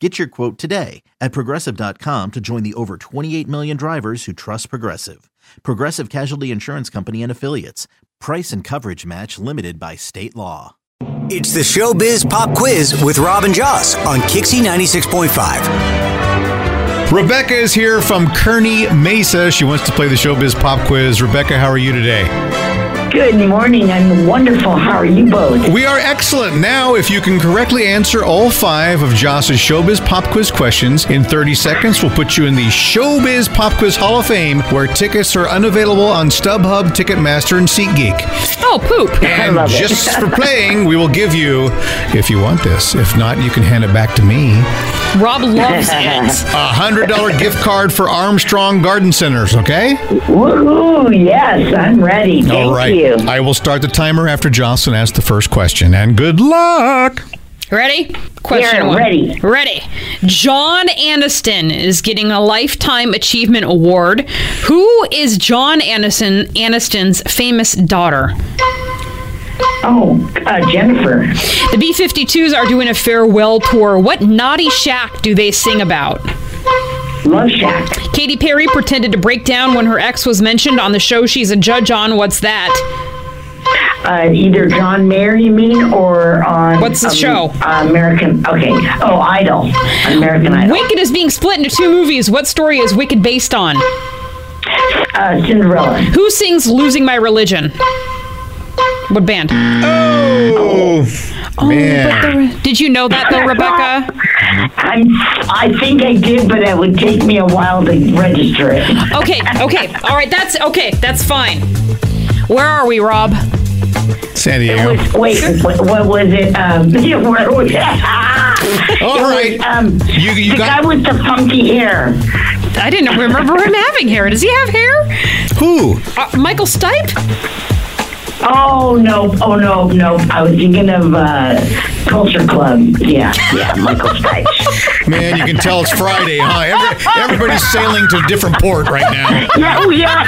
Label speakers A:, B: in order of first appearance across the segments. A: Get your quote today at progressive.com to join the over 28 million drivers who trust Progressive. Progressive Casualty Insurance Company and Affiliates. Price and coverage match limited by state law.
B: It's the Showbiz Pop Quiz with Robin Joss on Kixie 96.5.
C: Rebecca is here from Kearney Mesa. She wants to play the Showbiz Pop Quiz. Rebecca, how are you today?
D: Good morning. I'm wonderful. How are you both?
C: We are excellent. Now, if you can correctly answer all five of Joss's Showbiz Pop Quiz questions in 30 seconds, we'll put you in the Showbiz Pop Quiz Hall of Fame, where tickets are unavailable on StubHub, Ticketmaster, and SeatGeek.
E: Oh, poop.
C: And
D: love it.
C: just for playing, we will give you, if you want this. If not, you can hand it back to me.
E: Rob loves it.
C: A $100 gift card for Armstrong Garden Centers, okay?
D: Woohoo! Yes, I'm ready. Thank
C: All right.
D: you.
C: I will start the timer after Jocelyn asks the first question. And good luck.
E: Ready? Question
D: Yeah,
E: one.
D: ready.
E: Ready. John Aniston is getting a Lifetime Achievement Award. Who is John Aniston Aniston's famous daughter?
D: Oh, uh, Jennifer.
E: The B 52s are doing a farewell tour. What naughty shack do they sing about?
D: Love Shack.
E: Katy Perry pretended to break down when her ex was mentioned on the show she's a judge on. What's that?
D: Uh, either John Mayer, you mean, or on.
E: What's the
D: um,
E: show?
D: American. Okay. Oh, Idol. American Idol.
E: Wicked is being split into two movies. What story is Wicked based on?
D: Uh, Cinderella.
E: Who sings Losing My Religion? What band?
C: Oh, man.
E: Did you know that though, Rebecca?
D: I'm, I think I did, but it would take me a while to register it.
E: Okay, okay. All right, that's okay. That's fine. Where are we, Rob?
C: San Diego.
D: Oh, Wait, wait, what, what was it? Um, where was
C: All right.
D: Um,
C: You, you
D: the guy
C: got
D: with the funky hair.
E: I didn't remember him having hair. Does he have hair?
C: who?
E: Uh, Michael Stipe?
D: Oh no! Oh no! No! I was thinking of uh, Culture Club. Yeah, yeah, Michael Stipe.
C: Man, you can tell it's Friday, huh? Every, everybody's sailing to a different port right now.
D: yeah, we are.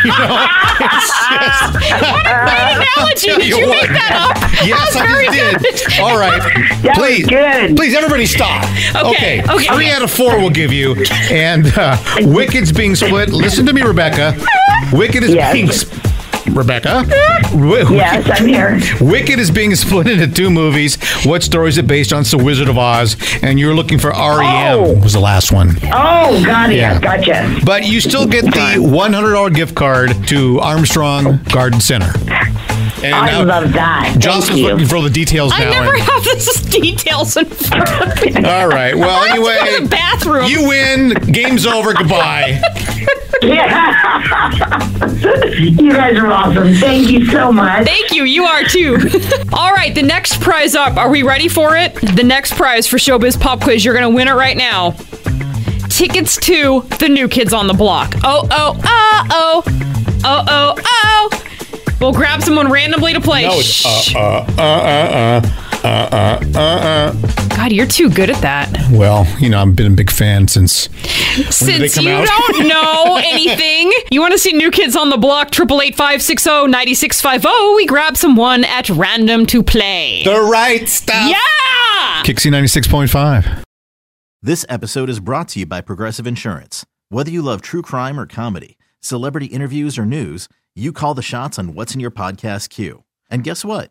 E: Great analogy.
C: Uh, Tell
E: Did you
C: what.
E: make that up?
C: Yes,
E: That was
C: I
E: very
C: just did.
E: good.
C: All right.
D: That was
C: please,
D: good.
C: please, everybody stop.
E: Okay, okay.
C: Three out of four we'll give you. And uh, Wicked's being split. Listen to me, Rebecca. Wicked is
D: Yes.
C: being split. Rebecca? Wi-
D: Yes, I'm here.
C: Wicked is being split into two movies. What story is it based on? So Wizard of Oz. And you're looking for E R.E.M.
D: Oh.
C: was the last one.
D: Oh, got it.
C: Yeah.
D: Gotcha.
C: But you still get the $100 gift card to Armstrong Garden Center. And
D: I
C: now
D: love that. Thank
C: Jocelyn's
D: you.
C: looking for all the details
E: I
C: now.
E: never
C: and-
E: have this details in front of me.
C: all right. Well,
E: Go to the
C: anyway,
E: bathroom.
C: you win. Game's over. Goodbye.
D: Yeah. you guys are awesome. Thank you so much.
E: Thank you. You are too. All right, the next prize up. Are we ready for it? The next prize for Showbiz Pop Quiz. You're going to win it right now. Tickets to the new kids on the block. Oh, oh, oh, oh. Oh, oh, oh. We'll grab someone randomly to play.
C: No, it's,
E: Shh.
C: Uh, uh, uh, uh, uh, uh.
E: God, you're too good at that.
C: Well, you know, I've been a big fan since. did they
E: Since
C: come
E: you
C: out?
E: don't know anything, you want to see new kids on the block, 888-560-9650. oh. We grab someone at random to play.
C: The right stuff.
E: Yeah!
C: Kixie 96.5.
A: This episode is brought to you by Progressive Insurance. Whether you love true crime or comedy, celebrity interviews or news, you call the shots on what's in your podcast queue. And guess what?